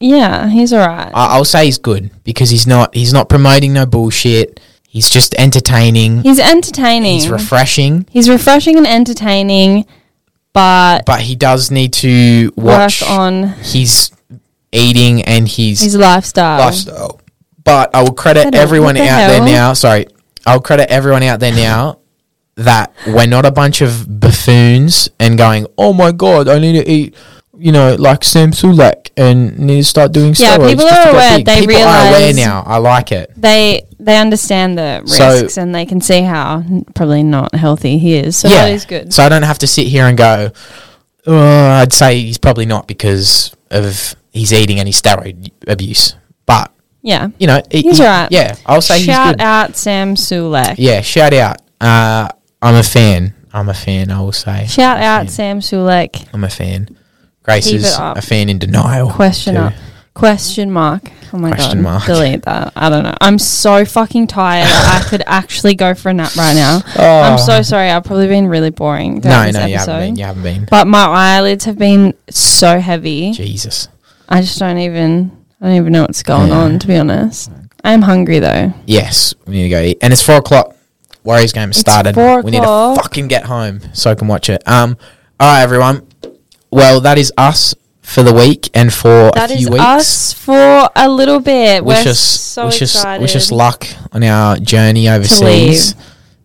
S3: yeah, he's all right.
S2: I, I'll say he's good because he's not he's not promoting no bullshit. He's just entertaining.
S3: he's entertaining.
S2: He's refreshing,
S3: He's refreshing and entertaining, but
S2: but he does need to watch
S3: work on
S2: his eating and his
S3: his lifestyle.
S2: lifestyle. But I will
S3: I
S2: credit
S3: don't-
S2: everyone
S3: what the
S2: out there
S3: hell?
S2: now. Sorry, I'll credit everyone out there now that we're not a bunch of buffoons and going, "Oh my god, I need to eat." You know, like Sam Sulak, and need to start doing
S3: Yeah,
S2: steroids
S3: people
S2: just to get
S3: are aware.
S2: big.
S3: They
S2: people are aware
S3: realise-
S2: now. I like it.
S3: They they understand the
S2: So-
S3: risks and they can see how n- probably not healthy he is. So that is good.
S2: So I don't have to sit here and go. "Oh, I'd say he's probably not because of his eating and his steroid abuse. But
S3: yeah.
S2: you know, he-
S3: He's
S2: he-
S3: right.
S2: Yeah, I'll say he's
S3: Shout
S2: good.
S3: out Sam Sulek.
S2: Yeah, shout out. Uh, I'm a fan. I'm a fan. I will say.
S3: Shout out Sam Sulek.
S2: I'm a fan. Grace
S3: Keep
S2: is
S3: it up.
S2: a fan in denial.
S3: Question
S2: too.
S3: up. Question mark. Oh my
S2: Question
S3: god.
S2: mark.
S3: Delete that. I don't know. I'm so fucking tired. I could actually go for a nap right now. I'm so sorry. I've probably been really boring.
S2: No,
S3: throughout
S2: Oh, no,
S3: this
S2: you haven't
S3: episode.
S2: been. You haven't been.
S3: But my eyelids have been so heavy.
S2: Jesus.
S3: I just don't even I don't even know what's going
S2: Yeah.
S3: on to be honest. I am hungry though.
S2: Yes, we need to go eat. And it's four o'clock. Warriors game has
S3: It's
S2: started.
S3: four
S2: we need to
S3: o'clock.
S2: fucking get home so I can watch it. Um, all right, everyone. Well, that is us for the week and for
S3: That
S2: a
S3: is
S2: few weeks.
S3: us for a little bit.
S2: wish
S3: We're
S2: us,
S3: so
S2: wish us,
S3: excited.
S2: wish us luck on our journey overseas,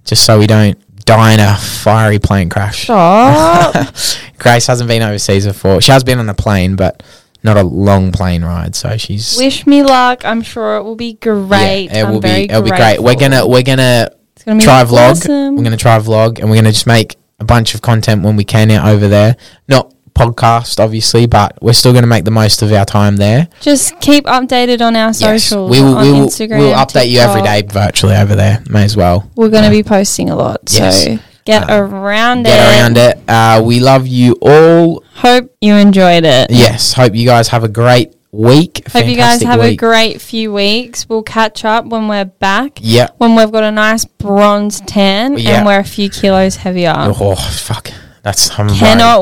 S2: just so we don't die in a fiery plane crash.
S3: Stop.
S2: Grace hasn't been overseas before. She has been on a plane, but not a long plane ride. So she's
S3: wish me luck. I'm sure it will be great.
S2: Yeah, it
S3: I'm
S2: will
S3: very
S2: be. It'll be great. We're
S3: grateful.
S2: gonna we're gonna
S3: It's gonna be
S2: try a vlog.
S3: awesome.
S2: We're gonna try a vlog, and we're gonna just make a bunch of content when we can out over there. Not podcast, obviously, but we're still gonna make the most of our time there.
S3: just keep updated on our socials.
S2: we will.
S3: on
S2: we will.
S3: Instagram,
S2: we'll update you every
S3: TikTok.
S2: day virtually over there. May as well.
S3: We're going to be posting a lot.
S2: Yes. Uh,
S3: So get around
S2: Get
S3: it.
S2: around it. Uh, we love you all.
S3: Hope you enjoyed it.
S2: Yes. Hope you guys have a great week.
S3: Hope you guys
S2: Fantastic
S3: have a
S2: week.
S3: great few weeks. We'll catch up when we're back.
S2: Yeah.
S3: When we've got a nice bronze tan
S2: Yeah.
S3: and we're a few kilos heavier.
S2: Oh fuck. That's I'm
S3: Cannot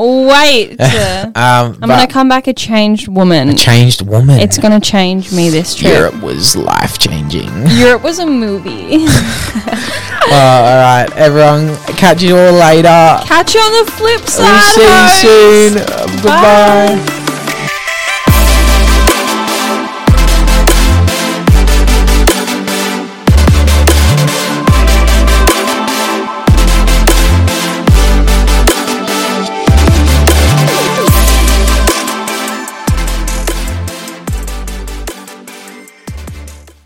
S3: wait.
S2: worried. Um,
S3: I'm
S2: but
S3: going to come back a changed woman.
S2: changed woman.
S3: it's going to change me this trip.
S2: Europe was life changing.
S3: Europe was a movie.
S2: all right, everyone. Catch you all later.
S3: Catch you on the flip side.
S2: We'll see you
S3: hoes.
S2: soon. Goodbye.
S3: Bye.